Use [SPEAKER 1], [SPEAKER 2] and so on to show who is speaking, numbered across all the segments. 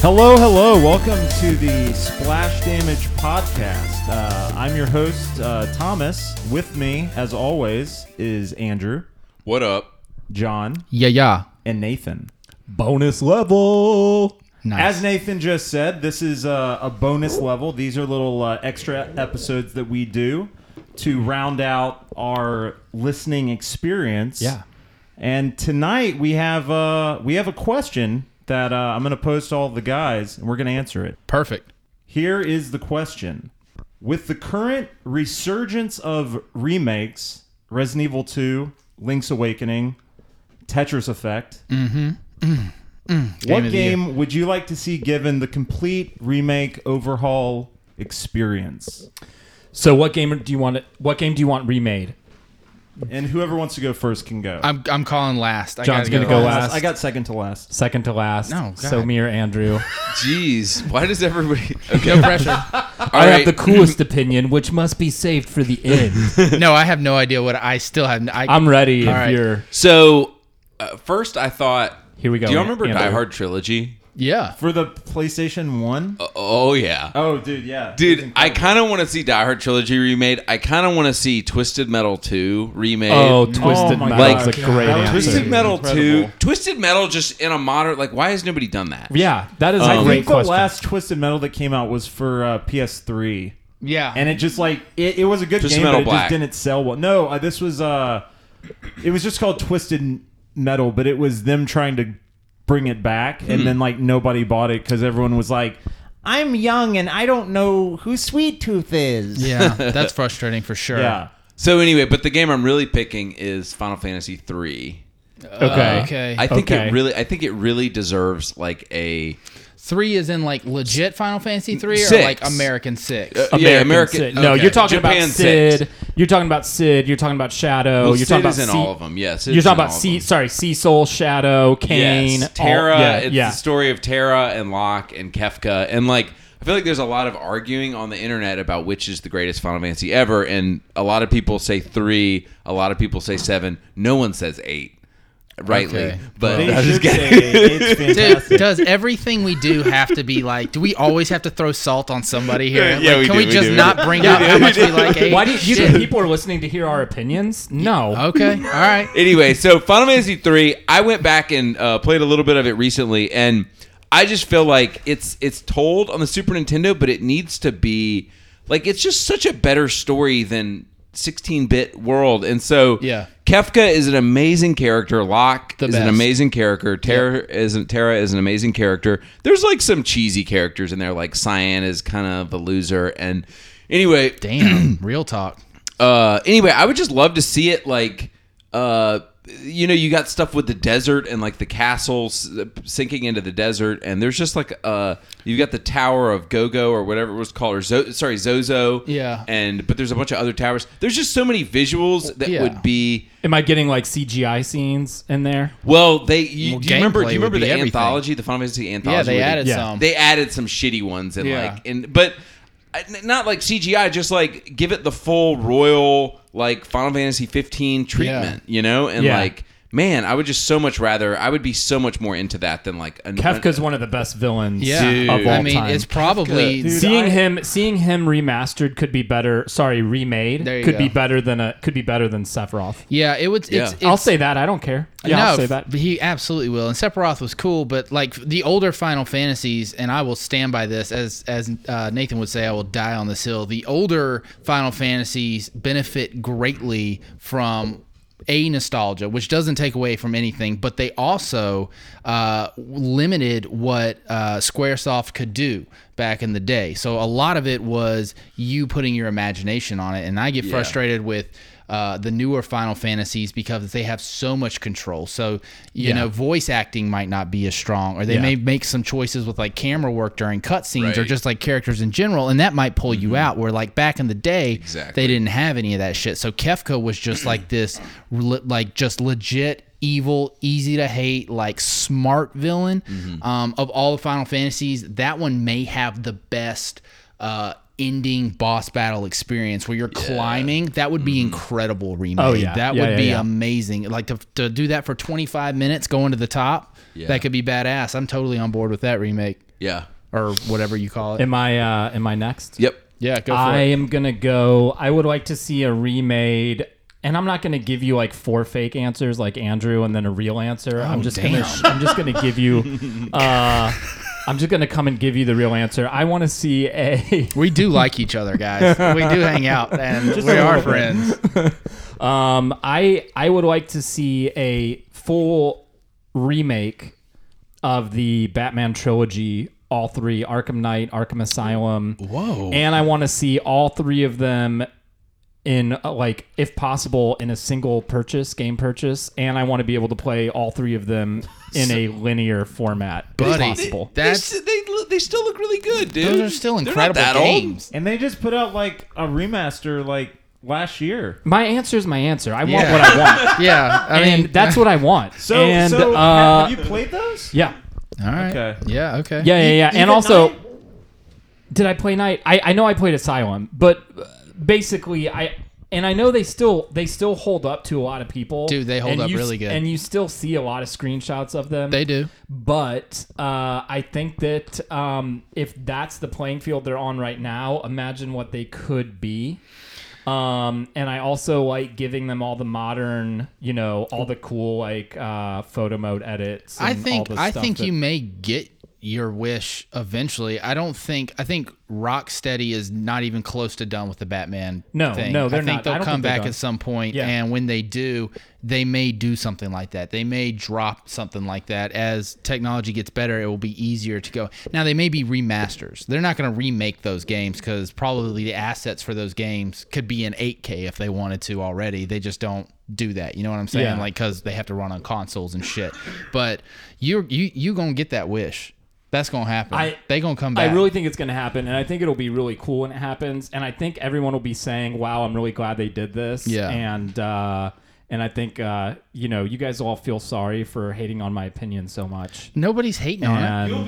[SPEAKER 1] Hello, hello. Welcome to the Splash Damage Podcast. Uh, I'm your host, uh, Thomas. With me, as always, is Andrew,
[SPEAKER 2] What up?
[SPEAKER 1] John,
[SPEAKER 3] Yeah, yeah.
[SPEAKER 1] and Nathan. Bonus level.
[SPEAKER 3] Nice.
[SPEAKER 1] As Nathan just said, this is a, a bonus level. These are little uh, extra episodes that we do to round out our listening experience.
[SPEAKER 3] Yeah.
[SPEAKER 1] And tonight we have uh, we have a question that uh, I'm going to post to all the guys, and we're going to answer it.
[SPEAKER 3] Perfect.
[SPEAKER 1] Here is the question. With the current resurgence of remakes, Resident Evil 2, Link's Awakening, Tetris Effect, mm-hmm. what
[SPEAKER 3] Game of the
[SPEAKER 1] game would you like to see given the complete remake overhaul experience?
[SPEAKER 4] So what game do you want? What game do you want remade?
[SPEAKER 1] And whoever wants to go first can go.
[SPEAKER 3] I'm I'm calling last. I
[SPEAKER 4] John's
[SPEAKER 3] gotta
[SPEAKER 4] gonna go
[SPEAKER 1] I
[SPEAKER 4] last.
[SPEAKER 1] I got second to last.
[SPEAKER 4] Second to last.
[SPEAKER 3] No, God.
[SPEAKER 4] so me or Andrew.
[SPEAKER 2] Jeez, why does everybody? Okay,
[SPEAKER 3] No pressure.
[SPEAKER 2] all
[SPEAKER 4] I
[SPEAKER 2] right.
[SPEAKER 4] have the coolest opinion, which must be saved for the end.
[SPEAKER 3] no, I have no idea what I still have. I,
[SPEAKER 4] I'm ready. if
[SPEAKER 3] right.
[SPEAKER 4] you're
[SPEAKER 2] so uh, first, I thought.
[SPEAKER 4] Here we go,
[SPEAKER 2] Do you remember
[SPEAKER 4] Andrew.
[SPEAKER 2] Die Hard trilogy?
[SPEAKER 3] yeah.
[SPEAKER 1] For the PlayStation 1?
[SPEAKER 2] Uh, Oh yeah,
[SPEAKER 1] Oh, dude, yeah.
[SPEAKER 2] dude. I kind of want to see Die Hard trilogy remade. I kind of want to see Twisted Metal two remade.
[SPEAKER 4] oh, Twisted
[SPEAKER 1] my
[SPEAKER 4] Metal's
[SPEAKER 1] God.
[SPEAKER 4] a great
[SPEAKER 1] That was
[SPEAKER 4] answer.
[SPEAKER 2] Twisted
[SPEAKER 1] Twisted
[SPEAKER 2] Metal two.
[SPEAKER 1] Incredible.
[SPEAKER 2] Twisted Metal just in a modern like. Why has nobody done that?
[SPEAKER 4] Yeah, that is
[SPEAKER 2] I
[SPEAKER 4] a
[SPEAKER 1] I
[SPEAKER 4] Um, great
[SPEAKER 1] think the
[SPEAKER 4] question.
[SPEAKER 1] last Twisted Metal that came out was for uh, PS3.
[SPEAKER 3] Yeah.
[SPEAKER 1] and it just like it, it was a good
[SPEAKER 2] Twisted
[SPEAKER 1] game,
[SPEAKER 2] Metal
[SPEAKER 1] but it
[SPEAKER 2] Black.
[SPEAKER 1] just didn't sell well. No, uh, this was uh, it was just called Twisted Metal, but it was them trying to bring it back,
[SPEAKER 2] Hmm.
[SPEAKER 1] and then like nobody bought it because everyone was like, "I'm young and I don't know who Sweet Tooth is."
[SPEAKER 3] yeah. That's frustrating for sure.
[SPEAKER 1] yeah.
[SPEAKER 2] So anyway, but the game I'm really picking is Final Fantasy three.
[SPEAKER 4] Uh, okay.
[SPEAKER 3] Okay.
[SPEAKER 2] I think
[SPEAKER 4] Okay.
[SPEAKER 2] it really. I think it really deserves like a
[SPEAKER 3] three is in like legit Final Fantasy three or
[SPEAKER 2] Six.
[SPEAKER 3] like American six.
[SPEAKER 4] uh,
[SPEAKER 2] yeah American.
[SPEAKER 4] Sid. No,
[SPEAKER 2] okay.
[SPEAKER 4] you're talking
[SPEAKER 2] Japan
[SPEAKER 4] about
[SPEAKER 2] six.
[SPEAKER 4] Sid. You're talking about Sid. You're talking about Shadow.
[SPEAKER 2] Well,
[SPEAKER 4] Oh, you're
[SPEAKER 2] Sid
[SPEAKER 4] talking
[SPEAKER 2] is
[SPEAKER 4] about
[SPEAKER 2] in
[SPEAKER 4] C-
[SPEAKER 2] all of them. Yes,
[SPEAKER 4] You're talking about C. Sorry, Cecil, Shadow, Kane, all-
[SPEAKER 2] Yes, Terra.
[SPEAKER 4] yeah,
[SPEAKER 2] it's
[SPEAKER 4] yeah.
[SPEAKER 2] the story of Terra and Locke and Kefka, and like I feel like there's a lot of arguing on the internet about which is the greatest Final Fantasy ever, and a lot of people say three, a lot of people say seven, no one says eight, rightly.
[SPEAKER 3] Okay.
[SPEAKER 2] But
[SPEAKER 1] They
[SPEAKER 2] I was just
[SPEAKER 1] should
[SPEAKER 2] kidding.
[SPEAKER 1] say it's
[SPEAKER 3] Dude,
[SPEAKER 1] fantastic.
[SPEAKER 3] does everything we do have to be like? Do we always have to throw salt on somebody here?
[SPEAKER 2] Yeah,
[SPEAKER 3] Like,
[SPEAKER 2] we
[SPEAKER 3] can
[SPEAKER 2] do,
[SPEAKER 3] we
[SPEAKER 2] we
[SPEAKER 3] just
[SPEAKER 2] do.
[SPEAKER 3] not bring up how much we like? Hey,
[SPEAKER 4] Why do you, you
[SPEAKER 3] shit.
[SPEAKER 4] think people are listening to hear our opinions? No.
[SPEAKER 2] Oh.
[SPEAKER 3] Okay. All right.
[SPEAKER 2] anyway, so Final Fantasy three, I went back and uh, played a little bit of it recently, and I just feel like it's it's told on the Super Nintendo, but it needs to be like it's just such a better story than 16-bit world, and so
[SPEAKER 3] Yeah.
[SPEAKER 2] Kefka is an amazing character. Locke
[SPEAKER 3] The
[SPEAKER 2] is an
[SPEAKER 3] best.
[SPEAKER 2] amazing character. Tara is Tara is an amazing character. There's like some cheesy characters in there, like Cyan is kind of a loser, and anyway,
[SPEAKER 3] Damn. Real talk.
[SPEAKER 2] uh anyway i would just love to see it like uh you know you got stuff with the desert and like the castles sinking into the desert and there's just like uh you got the tower of gogo or whatever it was called or Zo- sorry zozo
[SPEAKER 3] Yeah.
[SPEAKER 2] and but there's a bunch of other towers there's just so many visuals that
[SPEAKER 3] Yeah.
[SPEAKER 2] would be
[SPEAKER 4] Am I getting like CGI scenes in there?
[SPEAKER 2] well they you, do you remember do
[SPEAKER 3] gameplay
[SPEAKER 2] you
[SPEAKER 3] would
[SPEAKER 2] remember
[SPEAKER 3] be
[SPEAKER 2] the
[SPEAKER 3] everything.
[SPEAKER 2] anthology the final fantasy anthology
[SPEAKER 3] Yeah, they
[SPEAKER 2] where
[SPEAKER 3] added
[SPEAKER 4] yeah.
[SPEAKER 3] some.
[SPEAKER 2] they added some shitty ones and
[SPEAKER 3] Um, Yeah.
[SPEAKER 2] like and but uh, n- not like CGI just like give it the full royal like Final Fantasy 15 treatment you know and
[SPEAKER 4] Yeah.
[SPEAKER 2] like man I would just so much rather I would be so much more into that than like an,
[SPEAKER 4] Kefka's one of the best villains.
[SPEAKER 3] Yeah,
[SPEAKER 2] Dude.
[SPEAKER 4] of all
[SPEAKER 3] I mean,
[SPEAKER 4] time.
[SPEAKER 3] it's probably
[SPEAKER 1] Dude,
[SPEAKER 4] seeing
[SPEAKER 1] I-
[SPEAKER 4] him seeing him remastered could be better. Sorry, remade
[SPEAKER 3] There you
[SPEAKER 4] could be
[SPEAKER 3] go.
[SPEAKER 4] better than a could be better than Sephiroth.
[SPEAKER 3] yeah. It would.
[SPEAKER 2] Yeah.
[SPEAKER 3] It's,
[SPEAKER 4] I'll
[SPEAKER 3] it's-
[SPEAKER 4] say that. I don't care. Yeah,
[SPEAKER 3] no,
[SPEAKER 4] I'll say that.
[SPEAKER 3] but he absolutely will. And Sephiroth was cool, but like the older Final Fantasies, and I will stand by this. As as uh, Nathan would say, I will die on this hill. The older Final Fantasies benefit greatly from a nostalgia, which doesn't take away from anything, but they also uh, limited what uh, SquareSoft could do back in the day. So a lot of it was you putting your imagination on it, and I get frustrated with uh, the newer Final Fantasies because they have so much control. So you know, voice acting might not be as strong, or they
[SPEAKER 4] Yeah.
[SPEAKER 3] may make some choices with like camera work during cutscenes, or
[SPEAKER 2] Right.
[SPEAKER 3] just like characters in general, and that might pull you out. Where like back in the day,
[SPEAKER 2] Exactly.
[SPEAKER 3] they didn't have any of that shit. So Kefka was just like this, le- like just legit evil, easy to hate, like smart villain.
[SPEAKER 2] Mm-hmm.
[SPEAKER 3] Um, of all the Final Fantasies, that one may have the best uh, ending boss battle experience where you're climbing. That would
[SPEAKER 2] Mm-hmm.
[SPEAKER 3] be incredible remake.
[SPEAKER 4] Oh, yeah.
[SPEAKER 3] That
[SPEAKER 4] Yeah,
[SPEAKER 3] would
[SPEAKER 4] yeah,
[SPEAKER 3] be
[SPEAKER 4] yeah.
[SPEAKER 3] amazing. Like to, to do that for 25 minutes going to the top,
[SPEAKER 2] Yeah.
[SPEAKER 3] that could be badass. I'm totally on board with that remake.
[SPEAKER 2] Yeah.
[SPEAKER 3] or whatever you call it.
[SPEAKER 4] Am I uh, am I next?
[SPEAKER 2] Yep.
[SPEAKER 3] yeah, go for
[SPEAKER 4] I
[SPEAKER 3] it.
[SPEAKER 4] am gonna go. I would like to see a remade, and I'm not gonna give you like four fake answers like Andrew and then a real answer.
[SPEAKER 3] Oh,
[SPEAKER 4] I'm just gonna. I'm just gonna give you. Uh, I'm just gonna come and give you the real answer. I want to see a.
[SPEAKER 3] We do like each other, guys. we do hang out, and we are friends.
[SPEAKER 4] Um, I I would like to see a full remake of the Batman trilogy, all three Arkham Knight, Arkham Asylum.
[SPEAKER 3] Whoa.
[SPEAKER 4] and I want to see all three of them in uh, like if possible in a single purchase game purchase and i want to be able to play all three of them in a linear format if
[SPEAKER 3] Buddy,
[SPEAKER 4] possible
[SPEAKER 3] that's
[SPEAKER 2] they, they, lo- they still look really good, dude.
[SPEAKER 3] those are still
[SPEAKER 2] They're
[SPEAKER 3] incredible
[SPEAKER 2] not that old.
[SPEAKER 3] games.
[SPEAKER 1] And they just put out like a remaster like last year.
[SPEAKER 4] my answer is my answer i want
[SPEAKER 3] Yeah.
[SPEAKER 4] what i want
[SPEAKER 3] Yeah, I mean
[SPEAKER 4] and that's what i want
[SPEAKER 1] So,
[SPEAKER 4] and
[SPEAKER 1] so ha-
[SPEAKER 4] uh,
[SPEAKER 1] have you played those?
[SPEAKER 4] yeah
[SPEAKER 3] all right.
[SPEAKER 1] Okay.
[SPEAKER 3] Yeah, okay.
[SPEAKER 4] yeah yeah yeah
[SPEAKER 1] Even
[SPEAKER 4] and also
[SPEAKER 1] Knight?
[SPEAKER 4] did I play Night? I, I know I played Asylum, but uh, basically I and I know they still they still hold up to a lot of people.
[SPEAKER 3] Dude, they hold
[SPEAKER 4] and
[SPEAKER 3] up
[SPEAKER 4] you s-
[SPEAKER 3] really good.
[SPEAKER 4] and you still see a lot of screenshots of them.
[SPEAKER 3] they do.
[SPEAKER 4] but uh, I think that um, if that's the playing field they're on right now, imagine what they could be. Um, and I also like giving them all the modern, you know, all the cool like uh, photo mode edits.
[SPEAKER 3] I
[SPEAKER 4] and
[SPEAKER 3] think
[SPEAKER 4] all the
[SPEAKER 3] I
[SPEAKER 4] stuff
[SPEAKER 3] think
[SPEAKER 4] that-
[SPEAKER 3] you may get your wish eventually. I don't think I think Rocksteady is not even close to done with the Batman.
[SPEAKER 4] No,
[SPEAKER 3] thing.
[SPEAKER 4] no, they're
[SPEAKER 3] I think
[SPEAKER 4] not.
[SPEAKER 3] they'll
[SPEAKER 4] I don't
[SPEAKER 3] come
[SPEAKER 4] think they're
[SPEAKER 3] back
[SPEAKER 4] done.
[SPEAKER 3] at some point,
[SPEAKER 4] Yeah.
[SPEAKER 3] and when they do, they may do something like that. They may drop something like that as technology gets better. It will be easier to go. Now they may be remasters. They're not going to remake those games because probably the assets for those games could be in 8K if they wanted to already. They just don't do that. You know what I'm saying?
[SPEAKER 4] Yeah.
[SPEAKER 3] Like because they have to run on consoles and shit. But you're you you gonna get that wish. That's gonna happen.
[SPEAKER 4] I-
[SPEAKER 3] they gonna come back.
[SPEAKER 4] I really think it's going to happen, and I think it'll be really cool when it happens. And I think everyone will be saying, "Wow, I'm really glad they did this."
[SPEAKER 3] Yeah.
[SPEAKER 4] and uh, and I think uh, you know, you guys all feel sorry for hating on my opinion so much.
[SPEAKER 3] Nobody's hating on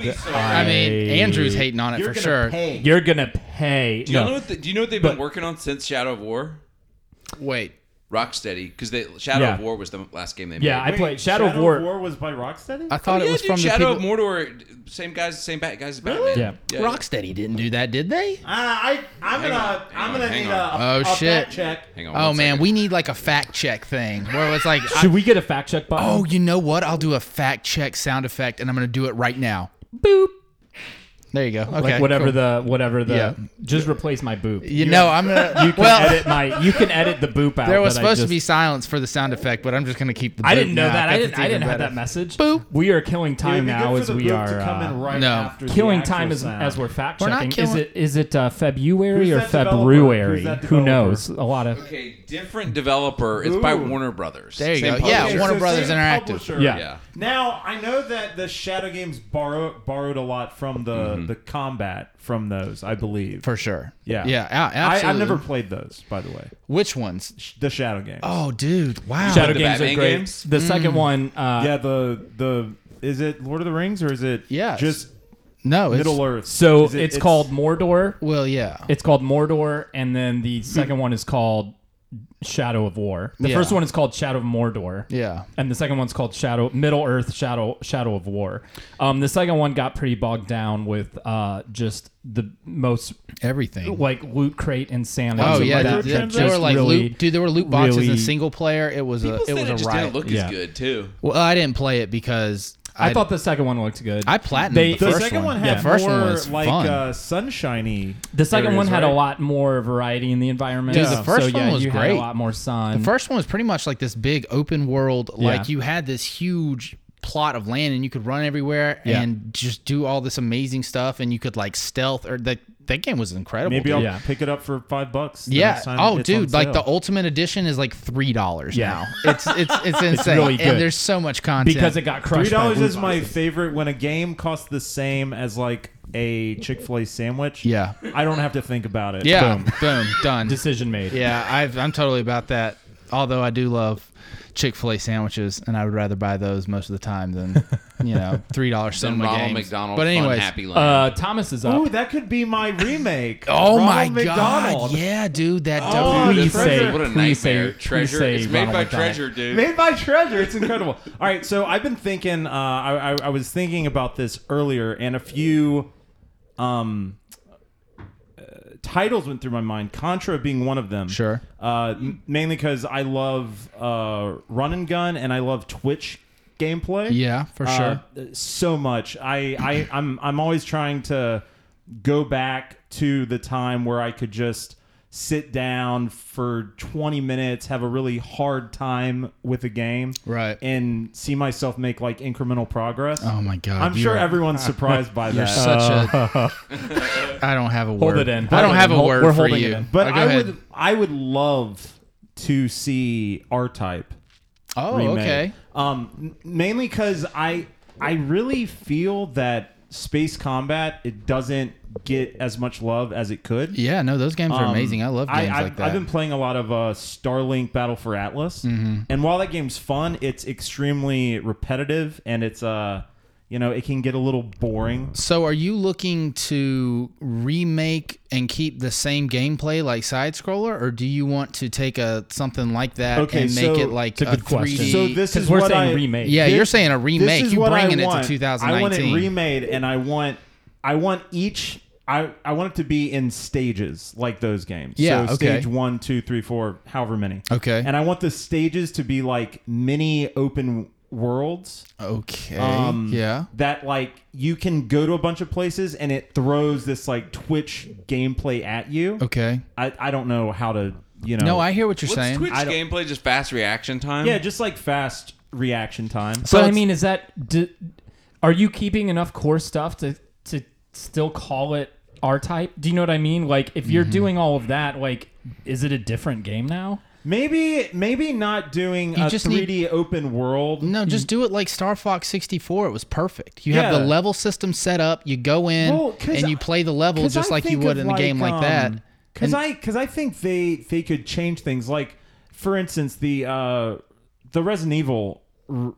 [SPEAKER 3] it.
[SPEAKER 4] And
[SPEAKER 3] I mean, Andrew's hating on it for sure.
[SPEAKER 4] You're gonna pay.
[SPEAKER 2] Do you,
[SPEAKER 4] no.
[SPEAKER 2] know what the, do you know what they've been working on since Shadow of War?
[SPEAKER 3] Wait,
[SPEAKER 2] Rocksteady, because Shadow of
[SPEAKER 4] Yeah.
[SPEAKER 2] War was the last game they made.
[SPEAKER 4] yeah, I
[SPEAKER 1] Wait,
[SPEAKER 4] played Shadow, of War.
[SPEAKER 1] was by Rocksteady. Uh,
[SPEAKER 3] I thought
[SPEAKER 2] yeah,
[SPEAKER 3] it was
[SPEAKER 2] dude,
[SPEAKER 3] from
[SPEAKER 2] Shadow
[SPEAKER 3] the
[SPEAKER 2] of
[SPEAKER 3] people.
[SPEAKER 2] Mordor. Same guys, same bad guys as Batman.
[SPEAKER 4] Yeah.
[SPEAKER 3] Rocksteady didn't do that, did they?
[SPEAKER 1] Uh, I I'm
[SPEAKER 2] Hang
[SPEAKER 1] gonna
[SPEAKER 2] on, hang
[SPEAKER 1] I'm
[SPEAKER 2] on,
[SPEAKER 1] gonna
[SPEAKER 2] hang
[SPEAKER 1] need
[SPEAKER 2] on.
[SPEAKER 1] a,
[SPEAKER 3] Oh,
[SPEAKER 1] a fact
[SPEAKER 3] shit.
[SPEAKER 1] check.
[SPEAKER 2] Hang on.
[SPEAKER 3] Oh
[SPEAKER 2] one
[SPEAKER 3] man,
[SPEAKER 2] second.
[SPEAKER 3] we need like a fact check thing where it's like, I-
[SPEAKER 4] Should we get a fact check button?
[SPEAKER 3] oh, you know what? I'll do a fact check sound effect, and I'm gonna do it right now.
[SPEAKER 4] boop.
[SPEAKER 3] There you go. Okay,
[SPEAKER 4] Like whatever
[SPEAKER 3] cool.
[SPEAKER 4] the whatever the.
[SPEAKER 3] Yeah.
[SPEAKER 4] Just replace my boop.
[SPEAKER 3] You know, I'm gonna.
[SPEAKER 4] You can
[SPEAKER 3] well,
[SPEAKER 4] edit my. You can edit the boop out.
[SPEAKER 3] there was
[SPEAKER 4] that I
[SPEAKER 3] supposed to
[SPEAKER 4] just-
[SPEAKER 3] be silence for the sound effect, but I'm just gonna keep the.
[SPEAKER 4] I
[SPEAKER 3] boot
[SPEAKER 4] didn't know
[SPEAKER 3] now,
[SPEAKER 4] that. I
[SPEAKER 3] 'cause
[SPEAKER 4] didn't.
[SPEAKER 3] it's
[SPEAKER 4] I
[SPEAKER 3] even
[SPEAKER 4] didn't have
[SPEAKER 3] better.
[SPEAKER 4] that message.
[SPEAKER 3] Boop.
[SPEAKER 4] We are killing time
[SPEAKER 1] It'd be good
[SPEAKER 4] now
[SPEAKER 1] for
[SPEAKER 4] as
[SPEAKER 1] the
[SPEAKER 4] we
[SPEAKER 1] boot
[SPEAKER 4] are
[SPEAKER 1] to come in
[SPEAKER 4] uh,
[SPEAKER 1] right
[SPEAKER 3] No.
[SPEAKER 1] after the
[SPEAKER 4] killing
[SPEAKER 1] actual
[SPEAKER 4] time as,
[SPEAKER 1] sound.
[SPEAKER 4] as we're fact
[SPEAKER 3] We're not
[SPEAKER 4] checking. Is
[SPEAKER 3] killing-
[SPEAKER 4] it is it uh, February
[SPEAKER 1] Who's
[SPEAKER 4] or
[SPEAKER 1] that developer?
[SPEAKER 4] February?
[SPEAKER 1] Who's that
[SPEAKER 4] Who
[SPEAKER 1] developer?
[SPEAKER 4] knows? A lot of
[SPEAKER 2] Okay, different developer. It's by
[SPEAKER 1] Ooh.
[SPEAKER 2] Warner Brothers.
[SPEAKER 3] There you
[SPEAKER 2] Same
[SPEAKER 3] go. Yeah,
[SPEAKER 2] publisher.
[SPEAKER 3] Warner
[SPEAKER 1] so
[SPEAKER 3] Brothers
[SPEAKER 1] same
[SPEAKER 3] Interactive.
[SPEAKER 1] publisher.
[SPEAKER 4] yeah.
[SPEAKER 2] Yeah.
[SPEAKER 1] Now I know that the Shadow games borrow, borrowed a lot from the the combat from those. I believe.
[SPEAKER 3] Mm-hmm. for sure.
[SPEAKER 1] yeah.
[SPEAKER 3] Yeah. a-
[SPEAKER 1] I,
[SPEAKER 3] Absolutely.
[SPEAKER 1] I've never played those, by the way.
[SPEAKER 3] Which ones?
[SPEAKER 1] The Shadow games.
[SPEAKER 3] Oh, dude! Wow.
[SPEAKER 4] Shadow
[SPEAKER 2] the
[SPEAKER 4] games are
[SPEAKER 2] Batman
[SPEAKER 4] great.
[SPEAKER 2] games?
[SPEAKER 4] The second
[SPEAKER 3] Hmm.
[SPEAKER 4] one, uh,
[SPEAKER 1] yeah. The the is it Lord of the Rings or is it
[SPEAKER 3] Yes.
[SPEAKER 1] just
[SPEAKER 3] No. It's,
[SPEAKER 1] Middle Earth?
[SPEAKER 4] so
[SPEAKER 1] Is it-
[SPEAKER 4] it's, called Mordor.
[SPEAKER 3] Well, yeah.
[SPEAKER 4] It's called Mordor, and then
[SPEAKER 1] Hmm.
[SPEAKER 4] the second one is called Shadow of War. The
[SPEAKER 3] Yeah.
[SPEAKER 4] first one is called Shadow of Mordor.
[SPEAKER 3] yeah.
[SPEAKER 4] and the second one's called Shadow Middle Earth Shadow Shadow of War. Um, the second one got pretty bogged down with uh, just the most
[SPEAKER 3] Everything.
[SPEAKER 4] like loot crate insanity.
[SPEAKER 3] Oh
[SPEAKER 4] Like,
[SPEAKER 3] yeah,
[SPEAKER 4] that
[SPEAKER 3] there, there-
[SPEAKER 4] just
[SPEAKER 3] there were like
[SPEAKER 4] really-
[SPEAKER 3] loot, dude. There were loot boxes
[SPEAKER 4] really-
[SPEAKER 3] in single player. It was
[SPEAKER 2] People
[SPEAKER 3] a it
[SPEAKER 2] said
[SPEAKER 3] was
[SPEAKER 2] it
[SPEAKER 3] a
[SPEAKER 2] just
[SPEAKER 3] riot.
[SPEAKER 2] didn't look
[SPEAKER 4] Yeah.
[SPEAKER 2] as good too.
[SPEAKER 3] well, I didn't play it because
[SPEAKER 4] I thought the second one looked good.
[SPEAKER 3] I platinumed
[SPEAKER 4] They-
[SPEAKER 3] the
[SPEAKER 1] The
[SPEAKER 3] first
[SPEAKER 1] second one,
[SPEAKER 3] one.
[SPEAKER 1] had
[SPEAKER 3] the first
[SPEAKER 1] more
[SPEAKER 3] one was
[SPEAKER 1] like
[SPEAKER 3] fun.
[SPEAKER 1] Uh, sunshiny.
[SPEAKER 4] the second
[SPEAKER 1] areas,
[SPEAKER 4] one had a
[SPEAKER 1] right?
[SPEAKER 4] lot more variety in the environment.
[SPEAKER 3] Dude, the first
[SPEAKER 4] so, yeah,
[SPEAKER 3] one was
[SPEAKER 4] you Had
[SPEAKER 3] great.
[SPEAKER 4] a lot more sun.
[SPEAKER 3] the first one was pretty much like this big open world. Like
[SPEAKER 4] Yeah.
[SPEAKER 3] you had this huge plot of land and you could run everywhere
[SPEAKER 4] Yeah.
[SPEAKER 3] and just do all this amazing stuff and you could like stealth or that that game was incredible.
[SPEAKER 1] Maybe
[SPEAKER 3] dude.
[SPEAKER 1] I'll
[SPEAKER 4] Yeah.
[SPEAKER 1] pick it up for five bucks. the
[SPEAKER 3] Yeah.
[SPEAKER 1] next time
[SPEAKER 3] Oh,
[SPEAKER 1] it's on
[SPEAKER 3] dude, like the
[SPEAKER 1] sale.
[SPEAKER 3] ultimate edition is like three dollars
[SPEAKER 4] Yeah.
[SPEAKER 3] now. It's it's it's insane.
[SPEAKER 4] really
[SPEAKER 3] And
[SPEAKER 4] good.
[SPEAKER 3] there's so much content
[SPEAKER 4] because it got crushed.
[SPEAKER 1] Three dollars
[SPEAKER 4] by loot
[SPEAKER 1] is my
[SPEAKER 4] boxes.
[SPEAKER 1] favorite when a game costs the same as like a Chick Fil A sandwich.
[SPEAKER 3] Yeah.
[SPEAKER 1] I don't have to think about it.
[SPEAKER 3] yeah,
[SPEAKER 4] boom.
[SPEAKER 3] boom, done.
[SPEAKER 4] decision made.
[SPEAKER 3] Yeah, I've, I'm totally about that. Although I do love Chick Fil A sandwiches, and I would rather buy those most of the time than you know three dollars
[SPEAKER 2] Then
[SPEAKER 3] cinema
[SPEAKER 2] Ronald
[SPEAKER 3] games.
[SPEAKER 2] McDonald. fun
[SPEAKER 3] but anyways,
[SPEAKER 2] Happy Land.
[SPEAKER 4] Uh, Thomas is up.
[SPEAKER 1] Ooh, that could be my remake.
[SPEAKER 3] oh my
[SPEAKER 1] Ronald
[SPEAKER 3] god,
[SPEAKER 1] McDonald.
[SPEAKER 3] yeah, dude, that
[SPEAKER 1] Oh,
[SPEAKER 3] definitely.
[SPEAKER 1] dude,
[SPEAKER 4] please
[SPEAKER 1] Treasure.
[SPEAKER 4] say,
[SPEAKER 2] what a
[SPEAKER 4] please
[SPEAKER 2] nightmare.
[SPEAKER 4] say,
[SPEAKER 2] treasure.
[SPEAKER 4] Please say
[SPEAKER 2] it's made
[SPEAKER 4] Ronald
[SPEAKER 2] by
[SPEAKER 4] McDonald.
[SPEAKER 2] Treasure, dude.
[SPEAKER 1] Made by treasure. It's incredible. All right, so I've been thinking. Uh, I, I, I was thinking about this earlier, and a few um, uh, titles went through my mind. Contra being one of them.
[SPEAKER 3] Sure.
[SPEAKER 1] Uh, m- mainly because I love uh, Run and Gun, and I love Twitch gameplay.
[SPEAKER 3] Yeah, for sure.
[SPEAKER 1] Uh, so much. I, I I'm I'm always trying to go back to the time where I could just sit down for 20 minutes, have a really hard time with a game,
[SPEAKER 3] Right.
[SPEAKER 1] and see myself make like incremental progress.
[SPEAKER 3] Oh my god,
[SPEAKER 1] I'm
[SPEAKER 3] you
[SPEAKER 1] sure
[SPEAKER 3] are-
[SPEAKER 1] everyone's surprised by
[SPEAKER 3] You're
[SPEAKER 1] that.
[SPEAKER 3] such a. I don't have a word.
[SPEAKER 4] it in. uh, Hold
[SPEAKER 3] I don't
[SPEAKER 4] it
[SPEAKER 3] have
[SPEAKER 4] in.
[SPEAKER 3] a
[SPEAKER 4] Hold-
[SPEAKER 3] word
[SPEAKER 4] we're
[SPEAKER 3] for
[SPEAKER 4] holding it
[SPEAKER 3] you.
[SPEAKER 4] in.
[SPEAKER 1] but
[SPEAKER 3] Uh, go
[SPEAKER 1] I
[SPEAKER 3] ahead.
[SPEAKER 1] would I would love to see R Type
[SPEAKER 3] Oh,
[SPEAKER 1] remade.
[SPEAKER 3] okay.
[SPEAKER 1] Um, m- mainly because I I really feel that space combat it doesn't get as much love as it could.
[SPEAKER 3] Yeah, no, those games are
[SPEAKER 1] Um,
[SPEAKER 3] amazing. I love games
[SPEAKER 1] I've-
[SPEAKER 3] like that.
[SPEAKER 1] I've been playing a lot of uh, Starlink Battle for Atlas,
[SPEAKER 3] Mm-hmm.
[SPEAKER 1] and while that game's fun, it's extremely repetitive and it's uh you know it can get a little boring.
[SPEAKER 3] So are you looking to remake and keep the same gameplay like side scroller, or do you want to take a something like that
[SPEAKER 1] Okay,
[SPEAKER 3] and make
[SPEAKER 1] so-
[SPEAKER 3] it
[SPEAKER 4] It's
[SPEAKER 3] like
[SPEAKER 4] a
[SPEAKER 3] a
[SPEAKER 4] good
[SPEAKER 3] three
[SPEAKER 4] question.
[SPEAKER 3] D?
[SPEAKER 1] So this is
[SPEAKER 4] Because we're
[SPEAKER 1] what
[SPEAKER 4] saying
[SPEAKER 1] I-
[SPEAKER 4] remake.
[SPEAKER 3] yeah,
[SPEAKER 1] Thi-
[SPEAKER 3] you're saying a remake.
[SPEAKER 1] This is
[SPEAKER 3] you
[SPEAKER 1] what
[SPEAKER 3] bringing
[SPEAKER 1] I
[SPEAKER 3] it
[SPEAKER 1] want.
[SPEAKER 3] to
[SPEAKER 1] I want
[SPEAKER 3] 2019.
[SPEAKER 1] it remade, and I want I want each. I, I want it to be in stages like those games.
[SPEAKER 3] Yeah,
[SPEAKER 1] so
[SPEAKER 3] okay.
[SPEAKER 1] stage one, two, three, four, however many.
[SPEAKER 3] Okay.
[SPEAKER 1] And I want the stages to be like mini open worlds
[SPEAKER 3] okay.
[SPEAKER 1] um,
[SPEAKER 3] yeah.
[SPEAKER 1] that like you can go to a bunch of places and it throws this like Twitch gameplay at you.
[SPEAKER 3] Okay.
[SPEAKER 1] I, I don't know how to you know.
[SPEAKER 3] No, I hear what you're
[SPEAKER 2] What's
[SPEAKER 3] saying.
[SPEAKER 2] Twitch
[SPEAKER 1] I don't-
[SPEAKER 2] gameplay? Just fast reaction time.
[SPEAKER 1] yeah, just like fast reaction time.
[SPEAKER 3] So
[SPEAKER 4] but I
[SPEAKER 3] it's-
[SPEAKER 4] mean, is that d are you keeping enough core stuff to to still call it R type? Do you know what I mean? Like, if
[SPEAKER 3] Mm-hmm.
[SPEAKER 4] you're doing all of that, like, is it a different game now?
[SPEAKER 1] Maybe maybe not doing
[SPEAKER 3] You
[SPEAKER 1] a
[SPEAKER 3] just
[SPEAKER 1] 3D open world.
[SPEAKER 3] No, just do it like Star Fox 64. It was perfect. You have the
[SPEAKER 1] Yeah.
[SPEAKER 3] level system set up. You go in
[SPEAKER 1] Well, 'cause
[SPEAKER 3] and you play the level
[SPEAKER 1] 'Cause
[SPEAKER 3] just
[SPEAKER 1] I
[SPEAKER 3] like you
[SPEAKER 1] think
[SPEAKER 3] would
[SPEAKER 1] of um,
[SPEAKER 3] in a game like that.
[SPEAKER 1] Because I because I think they they could change things. Like for instance, the uh, the Resident Evil r-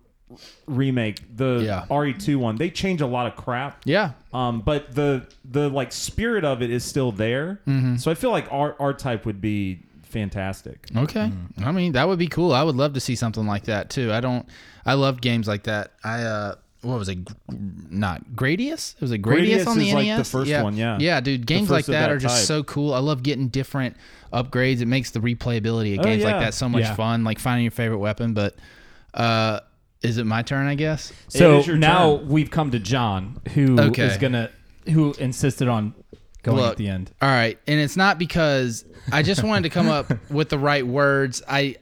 [SPEAKER 1] remake, the
[SPEAKER 3] Yeah.
[SPEAKER 1] RE2 one, they change a lot of crap.
[SPEAKER 3] Yeah.
[SPEAKER 1] Um, but the the like spirit of it is still there.
[SPEAKER 3] Mm-hmm.
[SPEAKER 1] So I feel like our our type would be fantastic.
[SPEAKER 3] Okay.
[SPEAKER 1] Mm-hmm.
[SPEAKER 3] I mean, that would be cool. I would love to see something like that too. I don't. I love games like that. I uh, what was it? Gr- Not Gradius. It was a Gradius,
[SPEAKER 1] Gradius
[SPEAKER 3] on the
[SPEAKER 1] is
[SPEAKER 3] NES.
[SPEAKER 1] like the first one, yeah.
[SPEAKER 3] Yeah, dude. Games
[SPEAKER 1] first
[SPEAKER 3] like
[SPEAKER 1] of
[SPEAKER 3] that,
[SPEAKER 1] that
[SPEAKER 3] are just
[SPEAKER 1] type.
[SPEAKER 3] so cool. I love getting different upgrades. It makes the replayability of games like
[SPEAKER 1] Oh, yeah.
[SPEAKER 3] that so much
[SPEAKER 4] Yeah.
[SPEAKER 3] fun. Like finding your favorite weapon. But uh, is it my turn? I guess.
[SPEAKER 4] So
[SPEAKER 1] is your
[SPEAKER 4] now
[SPEAKER 1] turn.
[SPEAKER 4] we've come to John, who is
[SPEAKER 3] Okay.
[SPEAKER 4] gonna who insisted on going
[SPEAKER 3] Look,
[SPEAKER 4] at the end.
[SPEAKER 3] All right, and it's not because I just wanted to come up with the right words. I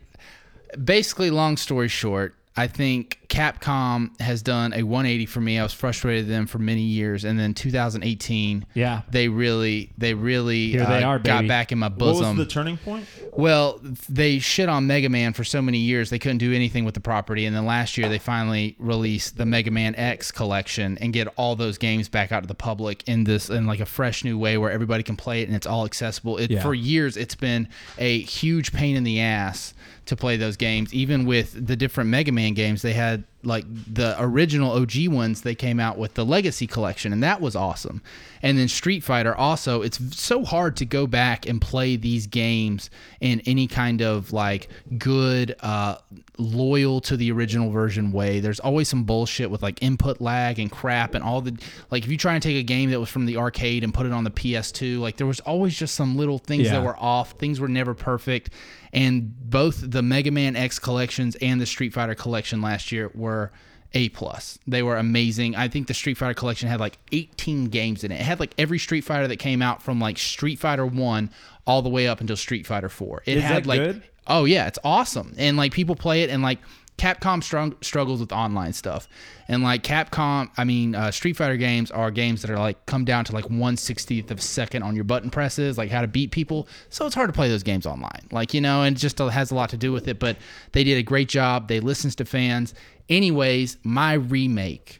[SPEAKER 3] basically, long story short, I think Capcom has done a 180 for me. I was frustrated with them for many years, and then 2018,
[SPEAKER 4] Yeah.
[SPEAKER 3] they really, they really uh,
[SPEAKER 4] Here they are,
[SPEAKER 3] got
[SPEAKER 4] baby.
[SPEAKER 3] back in my
[SPEAKER 1] What
[SPEAKER 3] bosom.
[SPEAKER 1] was the turning point?
[SPEAKER 3] Well, they shit on Mega Man for so many years they couldn't do anything with the property, and then last year they finally released the Mega Man X collection and get all those games back out to the public in this in like a fresh new way where everybody can play it and it's all accessible. It,
[SPEAKER 4] Yeah.
[SPEAKER 3] For years, it's been a huge pain in the ass to play those games. Even with the different Mega Man games, they had like the original OG ones. They came out with the Legacy collection, and that was awesome. And then Street Fighter also. It's v- so hard to go back and play these games in any kind of like good, uh, loyal to the original version way. There's always some bullshit with like input lag and crap and all the like. If you try and take a game that was from the arcade and put it on the PS2, like there was always just some little things that
[SPEAKER 4] Yeah.
[SPEAKER 3] were off. Things were never perfect. And both the Mega Man X collections and the Street Fighter collection last year were A plus. They were amazing. I think the Street Fighter collection had like 18 games in it. It had like every Street Fighter that came out from like Street Fighter 1 all the way up until Street Fighter 4. It
[SPEAKER 1] Is
[SPEAKER 3] had
[SPEAKER 1] that
[SPEAKER 3] like
[SPEAKER 1] good?
[SPEAKER 3] Oh yeah, it's awesome. And like people play it and like Capcom strung, struggles with online stuff. And like Capcom, I mean uh, Street Fighter games are games that are like come down to like 1/60th of a second on your button presses, like how to beat people. So it's hard to play those games online. Like, you know, and it just uh, has a lot to do with it, but they did a great job. They listens to fans. Anyways, my remake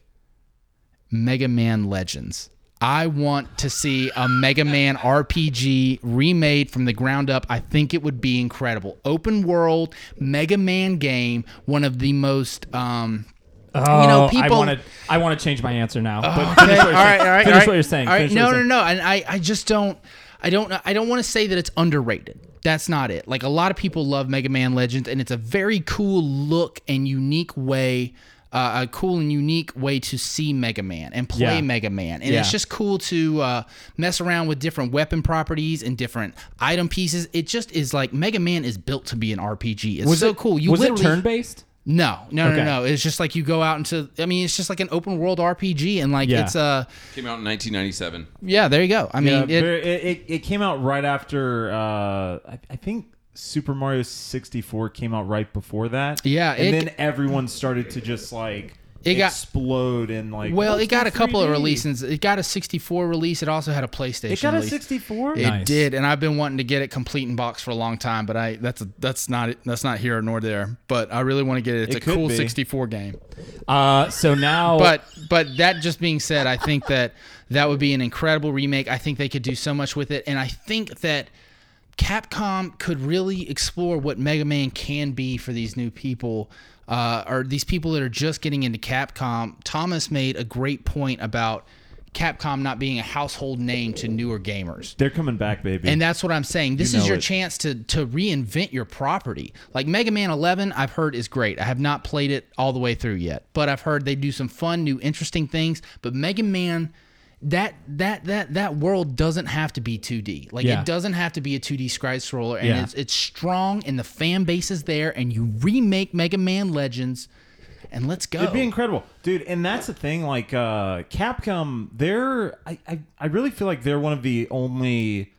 [SPEAKER 3] Mega Man Legends. I want to see a Mega Man RPG remade from the ground up. I think it would be incredible. Open world Mega Man game, one of the most um,
[SPEAKER 4] Oh,
[SPEAKER 3] know,
[SPEAKER 4] I
[SPEAKER 3] people-
[SPEAKER 4] want to. I want to change my answer now. But
[SPEAKER 3] Okay,
[SPEAKER 4] finish what
[SPEAKER 3] all
[SPEAKER 4] you're
[SPEAKER 3] right,
[SPEAKER 4] saying.
[SPEAKER 3] all right,
[SPEAKER 4] Finish
[SPEAKER 3] all right.
[SPEAKER 4] what you're saying.
[SPEAKER 3] All right,
[SPEAKER 4] Finish what
[SPEAKER 3] no,
[SPEAKER 4] you're
[SPEAKER 3] no,
[SPEAKER 4] saying.
[SPEAKER 3] no. And I, I just don't, I don't, I don't want to say that it's underrated. That's not it. Like a lot of people love Mega Man Legends, and it's a very cool look and unique way, uh, a cool and unique way to see Mega Man and play
[SPEAKER 4] Yeah.
[SPEAKER 3] Mega Man. And
[SPEAKER 4] Yeah.
[SPEAKER 3] it's just cool to uh, mess around with different weapon properties and different item pieces. It just is like Mega Man is built to be an RPG. It's
[SPEAKER 4] Was
[SPEAKER 3] so
[SPEAKER 4] it,
[SPEAKER 3] cool. You
[SPEAKER 4] was it
[SPEAKER 3] literally
[SPEAKER 4] turn based?
[SPEAKER 3] no, no,
[SPEAKER 4] Okay.
[SPEAKER 3] no, no. It's just like you go out into. I mean, it's just like an open world RPG, and like
[SPEAKER 4] Yeah.
[SPEAKER 3] it's uh, a.
[SPEAKER 2] Came out in 1997.
[SPEAKER 3] Yeah, there you go. I mean,
[SPEAKER 1] Yeah,
[SPEAKER 3] it,
[SPEAKER 1] very- it, it, it came out right after uh, I, I think Super Mario 64 came out right before that.
[SPEAKER 3] Yeah,
[SPEAKER 1] and
[SPEAKER 3] it-
[SPEAKER 1] then everyone started to just like
[SPEAKER 3] It got-
[SPEAKER 1] explode and like
[SPEAKER 3] well,
[SPEAKER 1] "Oh,
[SPEAKER 3] it
[SPEAKER 1] it's
[SPEAKER 3] got
[SPEAKER 1] in
[SPEAKER 3] a couple of
[SPEAKER 1] 3D."
[SPEAKER 3] releases. It got a 64 release. It also had a PlayStation.
[SPEAKER 1] It got a
[SPEAKER 3] release.
[SPEAKER 1] 64.
[SPEAKER 3] It
[SPEAKER 4] Nice.
[SPEAKER 3] did, and I've been wanting to get it complete in box for a long time, but I that's a, that's not it that's not here nor there. But I really want to get it. It's
[SPEAKER 1] It
[SPEAKER 3] a
[SPEAKER 1] could
[SPEAKER 3] cool
[SPEAKER 1] be.
[SPEAKER 3] 64 game.
[SPEAKER 4] Uh, so now,
[SPEAKER 3] But but that just being said, I think that that would be an incredible remake. I think they could do so much with it, and I think that Capcom could really explore what Mega Man can be for these new people. Uh, or these people that are just getting into Capcom. Thomas made a great point about Capcom not being a household name to newer gamers.
[SPEAKER 1] They're coming back, baby.
[SPEAKER 3] And that's what I'm saying. This
[SPEAKER 1] know
[SPEAKER 3] is your
[SPEAKER 1] it.
[SPEAKER 3] chance to to reinvent your property. Like Mega Man 11, I've heard is great. I have not played it all the way through yet, but I've heard they do some fun, new, interesting things. But Mega Man, that that that that world doesn't have to be 2D. Like
[SPEAKER 4] Yeah.
[SPEAKER 3] it doesn't have to be a 2D side scroller, and
[SPEAKER 4] Yeah.
[SPEAKER 3] it's it's strong, and the fan base is there. And you remake Mega Man Legends, and let's go.
[SPEAKER 1] It'd be incredible, dude. And that's the thing, like uh, Capcom, they're I, I I really feel like they're one of the only,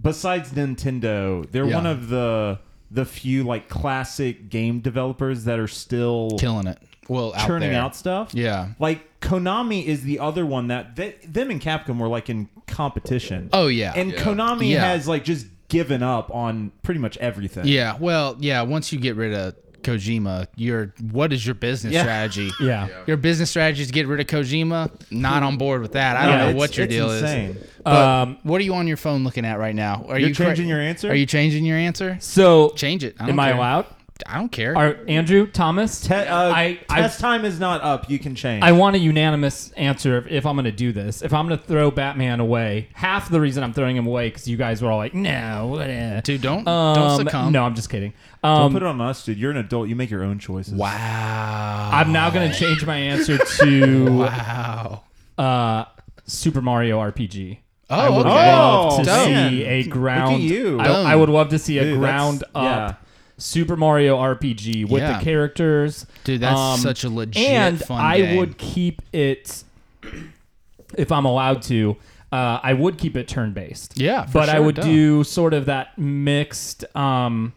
[SPEAKER 1] besides Nintendo, they're
[SPEAKER 3] Yeah.
[SPEAKER 1] one of the the few like classic game developers that are still
[SPEAKER 3] killing it. Well, out
[SPEAKER 1] churning
[SPEAKER 3] there.
[SPEAKER 1] out stuff.
[SPEAKER 3] Yeah.
[SPEAKER 1] like Konami is the other one that they, them and Capcom were like in competition.
[SPEAKER 3] Oh, yeah.
[SPEAKER 1] and
[SPEAKER 2] Yeah.
[SPEAKER 1] Konami
[SPEAKER 3] Yeah.
[SPEAKER 1] has like just given up on pretty much everything.
[SPEAKER 3] Yeah, well, yeah. Once you get rid of Kojima, your what is your business
[SPEAKER 1] Yeah.
[SPEAKER 3] strategy?
[SPEAKER 4] yeah.
[SPEAKER 3] Your business strategy is get rid of Kojima. Not on board with that. I don't
[SPEAKER 1] Yeah,
[SPEAKER 3] know
[SPEAKER 1] it's-
[SPEAKER 3] what your
[SPEAKER 1] it's
[SPEAKER 3] deal
[SPEAKER 1] insane.
[SPEAKER 3] is.
[SPEAKER 4] Um,
[SPEAKER 3] What are you on your phone looking at right now? Are
[SPEAKER 1] You're
[SPEAKER 3] you cra-
[SPEAKER 1] changing your answer?
[SPEAKER 3] Are you changing your answer?
[SPEAKER 4] so
[SPEAKER 3] Change it. I don't
[SPEAKER 4] Am I
[SPEAKER 3] care.
[SPEAKER 4] allowed?
[SPEAKER 3] I don't care.
[SPEAKER 4] Are Andrew Thomas?
[SPEAKER 1] Te- uh,
[SPEAKER 4] I, I
[SPEAKER 1] test time is not up. You can change.
[SPEAKER 4] I want a unanimous answer if, if I'm going to do this. If I'm going to throw Batman away, half the reason I'm throwing him away because you guys were all like, "No, what eh."
[SPEAKER 3] Dude, don't
[SPEAKER 4] Um,
[SPEAKER 3] don't succumb.
[SPEAKER 4] No, I'm just kidding. Um,
[SPEAKER 1] Put it on us, dude. You're an adult. You make your own choices.
[SPEAKER 3] Wow.
[SPEAKER 4] I'm now going to change my answer to
[SPEAKER 3] wow.
[SPEAKER 4] uh, Super Mario RPG. I
[SPEAKER 3] Oh,
[SPEAKER 4] would
[SPEAKER 3] okay.
[SPEAKER 4] love to
[SPEAKER 1] Oh, man.
[SPEAKER 4] see a ground.
[SPEAKER 1] you.
[SPEAKER 4] I, I would love to see a
[SPEAKER 1] Dude, that's-
[SPEAKER 4] ground up
[SPEAKER 1] yeah.
[SPEAKER 4] Super Mario RPG with
[SPEAKER 3] Yeah.
[SPEAKER 4] the characters. Um,
[SPEAKER 3] Dude, that's such a legit
[SPEAKER 4] And
[SPEAKER 3] fun
[SPEAKER 4] I
[SPEAKER 3] game.
[SPEAKER 4] would keep it if I'm allowed to. Uh, I would keep it turn based.
[SPEAKER 3] Yeah, for
[SPEAKER 4] but I
[SPEAKER 3] sure,
[SPEAKER 4] would
[SPEAKER 3] duh.
[SPEAKER 4] do sort of that mixed. Um,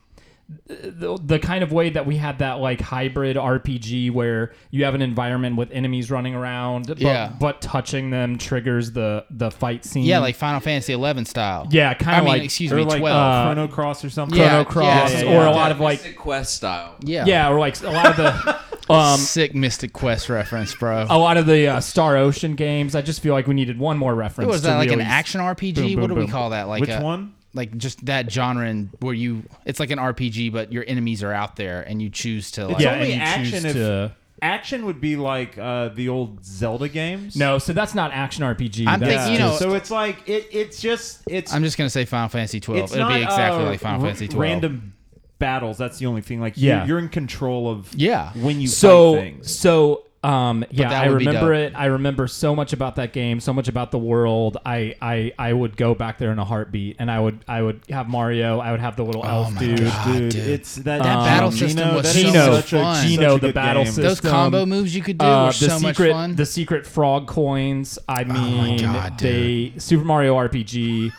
[SPEAKER 4] the, the kind of way that we had that like hybrid RPG where you have an environment with enemies running around, but,
[SPEAKER 3] Yeah.
[SPEAKER 4] but touching them triggers the the fight scene.
[SPEAKER 3] Yeah, like Final Fantasy 11 style.
[SPEAKER 4] Yeah, kinda
[SPEAKER 3] I mean,
[SPEAKER 4] like-
[SPEAKER 3] excuse
[SPEAKER 1] Or
[SPEAKER 3] me,
[SPEAKER 1] Mm. like
[SPEAKER 3] 12.
[SPEAKER 1] uh, Chrono Cross or something.
[SPEAKER 3] Yeah,
[SPEAKER 4] Chrono Cross
[SPEAKER 1] yeah, yeah,
[SPEAKER 4] or
[SPEAKER 1] yeah.
[SPEAKER 4] a lot of like
[SPEAKER 2] Mystic Quest style.
[SPEAKER 3] yeah.
[SPEAKER 4] yeah, or like a lot of the um
[SPEAKER 3] Sick Mystic Quest reference, bro.
[SPEAKER 4] a lot of the uh, Star Ocean games. I just feel like we needed one more reference.
[SPEAKER 3] What was
[SPEAKER 4] to
[SPEAKER 3] that like an
[SPEAKER 4] really-
[SPEAKER 3] action RPG?
[SPEAKER 4] Boom,
[SPEAKER 3] what do
[SPEAKER 4] boom,
[SPEAKER 3] we
[SPEAKER 4] boom.
[SPEAKER 3] call that? Like
[SPEAKER 1] Which
[SPEAKER 3] a-
[SPEAKER 1] one?
[SPEAKER 3] Like just that genre and where you it's like an RPG, but your enemies are out there and you choose to like
[SPEAKER 1] It's
[SPEAKER 4] Yeah,
[SPEAKER 1] only
[SPEAKER 4] and you
[SPEAKER 1] action
[SPEAKER 4] choose
[SPEAKER 1] if-
[SPEAKER 4] to.
[SPEAKER 1] Action would be like uh, the old Zelda games.
[SPEAKER 4] No, so that's not action RPG.
[SPEAKER 3] I'm
[SPEAKER 4] that's
[SPEAKER 3] thinking, you know-
[SPEAKER 1] so it's like it. It's just it's.
[SPEAKER 3] I'm just gonna say Final Fantasy twelve.
[SPEAKER 1] it's
[SPEAKER 3] It'll
[SPEAKER 1] not,
[SPEAKER 3] be exactly
[SPEAKER 1] uh,
[SPEAKER 3] like Final
[SPEAKER 1] r-
[SPEAKER 3] Fantasy twelve.
[SPEAKER 1] Random battles. That's the only thing. Like
[SPEAKER 4] Yeah.
[SPEAKER 1] you, you're in control of.
[SPEAKER 3] Yeah.
[SPEAKER 1] When you fight
[SPEAKER 4] so
[SPEAKER 1] things.
[SPEAKER 4] so um yeah
[SPEAKER 3] that
[SPEAKER 4] i
[SPEAKER 3] would be
[SPEAKER 4] remember
[SPEAKER 3] dope.
[SPEAKER 4] it i remember so much about that game so much about the world i i i would go back there in a heartbeat and i would i would have mario i would have the little elf
[SPEAKER 3] Oh my
[SPEAKER 4] dude
[SPEAKER 3] God.
[SPEAKER 1] Dude,
[SPEAKER 3] dude.
[SPEAKER 1] it's that,
[SPEAKER 3] That battle system
[SPEAKER 1] Gino,
[SPEAKER 3] was
[SPEAKER 1] that
[SPEAKER 4] so
[SPEAKER 1] is
[SPEAKER 4] Gino,
[SPEAKER 1] such a-
[SPEAKER 3] fun.
[SPEAKER 1] such a
[SPEAKER 4] Gino, the
[SPEAKER 1] good
[SPEAKER 4] battle
[SPEAKER 1] game.
[SPEAKER 4] system.
[SPEAKER 3] Those combo moves you could do
[SPEAKER 4] Uh,
[SPEAKER 3] were
[SPEAKER 4] the
[SPEAKER 3] so
[SPEAKER 4] secret
[SPEAKER 3] much fun.
[SPEAKER 4] the secret frog coins i mean
[SPEAKER 3] God,
[SPEAKER 4] they
[SPEAKER 3] dude.
[SPEAKER 4] super mario rpg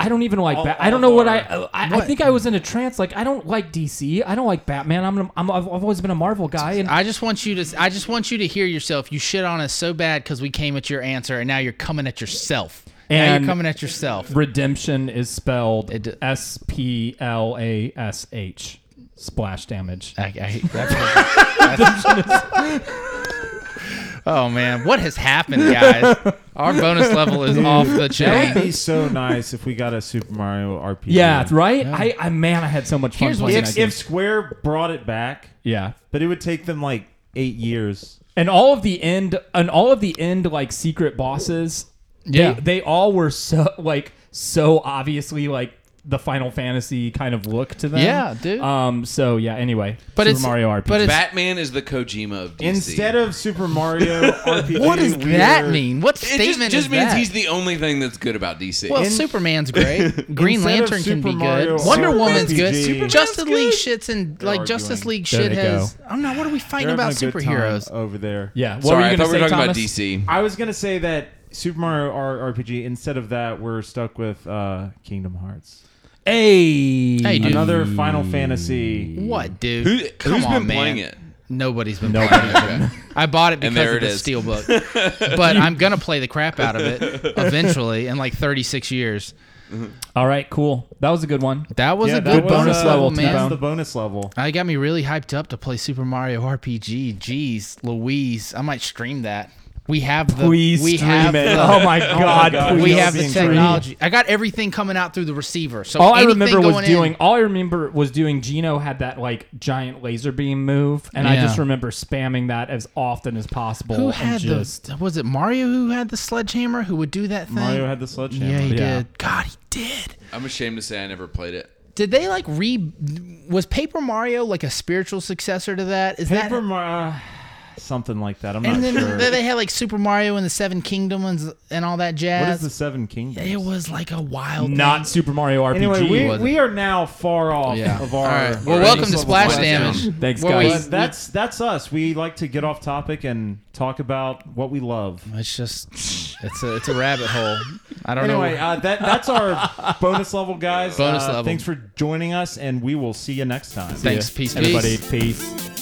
[SPEAKER 4] I don't even like.
[SPEAKER 1] All-
[SPEAKER 4] Bat- I don't
[SPEAKER 1] all
[SPEAKER 4] know what I,
[SPEAKER 1] are-
[SPEAKER 4] I. I think I was in a trance. Like I don't like DC. I don't like Batman. I'm. i I'm I've always been a Marvel guy. And
[SPEAKER 3] I just want you to I just want you to hear yourself. You shit on us so bad because we came at your answer and now you're coming at yourself. now
[SPEAKER 4] And-
[SPEAKER 3] you're coming at yourself.
[SPEAKER 4] Redemption is spelled
[SPEAKER 3] It d-
[SPEAKER 4] S P L A S H. Splash damage.
[SPEAKER 3] I, I, that's, that's, Oh man, what has happened, guys? Our bonus level is off the
[SPEAKER 1] That would be
[SPEAKER 3] chain.
[SPEAKER 1] so nice if we got a Super Mario RPG.
[SPEAKER 4] Yeah, right. I, I man, I had so much fun
[SPEAKER 3] Here's
[SPEAKER 4] playing
[SPEAKER 1] If,
[SPEAKER 4] that game.
[SPEAKER 1] if Square brought it back,
[SPEAKER 4] yeah,
[SPEAKER 1] but it would take them like eight years.
[SPEAKER 4] and all of the end and all of the end like secret bosses.
[SPEAKER 3] Yeah.
[SPEAKER 4] they, they all were so like so obviously like the Final Fantasy kind of look to them.
[SPEAKER 3] Yeah, dude.
[SPEAKER 4] Um. So yeah. Anyway,
[SPEAKER 3] But
[SPEAKER 4] Super
[SPEAKER 3] it's-
[SPEAKER 4] Mario RPG.
[SPEAKER 3] but it's-
[SPEAKER 2] Batman is the Kojima of DC.
[SPEAKER 1] Instead of Super Mario RPG,
[SPEAKER 3] What does
[SPEAKER 1] we're-
[SPEAKER 3] that mean? What
[SPEAKER 2] it just,
[SPEAKER 3] statement
[SPEAKER 2] just
[SPEAKER 3] is
[SPEAKER 2] means
[SPEAKER 3] that?
[SPEAKER 2] he's the only thing that's good about DC.
[SPEAKER 3] well,
[SPEAKER 1] In-
[SPEAKER 3] Superman's great. Green
[SPEAKER 1] Instead of
[SPEAKER 3] Lantern can
[SPEAKER 1] Super
[SPEAKER 3] be
[SPEAKER 1] Mario
[SPEAKER 3] good. Wonder
[SPEAKER 1] RPG,
[SPEAKER 3] Woman's good.
[SPEAKER 1] Superman's
[SPEAKER 3] Justice League
[SPEAKER 2] good.
[SPEAKER 3] shits and like
[SPEAKER 1] arguing.
[SPEAKER 3] Justice League
[SPEAKER 4] There
[SPEAKER 3] shit
[SPEAKER 4] they
[SPEAKER 3] has.
[SPEAKER 4] go.
[SPEAKER 3] I'm not. What are we fighting
[SPEAKER 1] They're
[SPEAKER 3] about
[SPEAKER 1] having a good time
[SPEAKER 3] superheroes?
[SPEAKER 1] over there.
[SPEAKER 4] yeah. What
[SPEAKER 2] Sorry,
[SPEAKER 4] were you
[SPEAKER 2] I
[SPEAKER 4] gonna
[SPEAKER 2] thought we were
[SPEAKER 4] say,
[SPEAKER 2] talking
[SPEAKER 4] Thomas?
[SPEAKER 2] about DC.
[SPEAKER 1] I was gonna say that Super Mario R- RPG. Instead of that, we're stuck with uh, Kingdom Hearts.
[SPEAKER 4] Hey.
[SPEAKER 3] Hey, dude.
[SPEAKER 1] Another Final Fantasy.
[SPEAKER 3] What, dude?
[SPEAKER 2] Who,
[SPEAKER 3] Come
[SPEAKER 2] has
[SPEAKER 3] on,
[SPEAKER 2] been
[SPEAKER 3] man.
[SPEAKER 2] playing it?
[SPEAKER 3] Nobody's been playing it. I bought it because
[SPEAKER 2] And there
[SPEAKER 3] of
[SPEAKER 2] it
[SPEAKER 3] the
[SPEAKER 2] is.
[SPEAKER 3] steelbook, but I'm gonna play the crap out of it eventually in like 36 years.
[SPEAKER 4] All right. Cool. That was a good one.
[SPEAKER 3] That was
[SPEAKER 1] Yeah,
[SPEAKER 3] a
[SPEAKER 1] that
[SPEAKER 3] good
[SPEAKER 1] was,
[SPEAKER 3] bonus
[SPEAKER 1] uh,
[SPEAKER 3] level,
[SPEAKER 1] That's
[SPEAKER 3] man.
[SPEAKER 1] the bonus level.
[SPEAKER 3] I got me really hyped up to play Super Mario RPG. Jeez, Louise, I might stream that. We have the
[SPEAKER 4] Please
[SPEAKER 3] we
[SPEAKER 4] stream
[SPEAKER 3] have
[SPEAKER 4] it.
[SPEAKER 3] the-
[SPEAKER 4] oh my God.
[SPEAKER 1] God.
[SPEAKER 4] please.
[SPEAKER 3] we
[SPEAKER 1] Please
[SPEAKER 3] have the
[SPEAKER 1] being streamed.
[SPEAKER 3] technology. I got everything coming out through the receiver. So
[SPEAKER 4] all I
[SPEAKER 3] anything
[SPEAKER 4] remember was
[SPEAKER 3] going in-
[SPEAKER 4] doing. All I remember was doing. Gino had that like giant laser beam move, and I
[SPEAKER 3] Yeah.
[SPEAKER 4] just remember spamming that as often as possible.
[SPEAKER 3] who
[SPEAKER 4] and
[SPEAKER 3] had
[SPEAKER 4] Oh, just,
[SPEAKER 3] the was it Mario who had the sledgehammer who would do that thing?
[SPEAKER 1] Mario had the sledgehammer.
[SPEAKER 3] yeah, he
[SPEAKER 4] Yeah.
[SPEAKER 3] did. God, he did.
[SPEAKER 2] I'm ashamed to say I never played it.
[SPEAKER 3] Did they like re? Was Paper Mario like a spiritual successor to that? Is
[SPEAKER 1] Paper
[SPEAKER 3] that?
[SPEAKER 1] Mario, uh, something like that. I'm
[SPEAKER 3] And
[SPEAKER 1] not
[SPEAKER 3] then
[SPEAKER 1] sure.
[SPEAKER 3] they had like Super Mario and the Seven Kingdoms and all that jazz.
[SPEAKER 1] what is the Seven Kingdoms?
[SPEAKER 3] It was like a wild.
[SPEAKER 4] not Super Mario RPG.
[SPEAKER 1] Anyway, we,
[SPEAKER 3] wasn't.
[SPEAKER 1] we are now far off
[SPEAKER 3] Yeah.
[SPEAKER 1] of
[SPEAKER 3] All
[SPEAKER 1] our.
[SPEAKER 3] right.
[SPEAKER 1] our
[SPEAKER 3] Well, welcome to
[SPEAKER 1] bonus
[SPEAKER 3] Splash
[SPEAKER 1] level.
[SPEAKER 3] Damage.
[SPEAKER 4] Thanks,
[SPEAKER 3] Where
[SPEAKER 4] guys.
[SPEAKER 3] we-
[SPEAKER 1] But that's that's us. We like to get off topic and talk about what we love.
[SPEAKER 3] It's just, it's a it's a rabbit hole. I don't
[SPEAKER 1] Anyway,
[SPEAKER 3] know.
[SPEAKER 1] uh, that that's our bonus level, guys.
[SPEAKER 3] Bonus
[SPEAKER 1] Uh,
[SPEAKER 3] level.
[SPEAKER 1] Thanks for joining us, and we will see you next time.
[SPEAKER 3] Thanks, peace, peace.
[SPEAKER 4] everybody. Peace.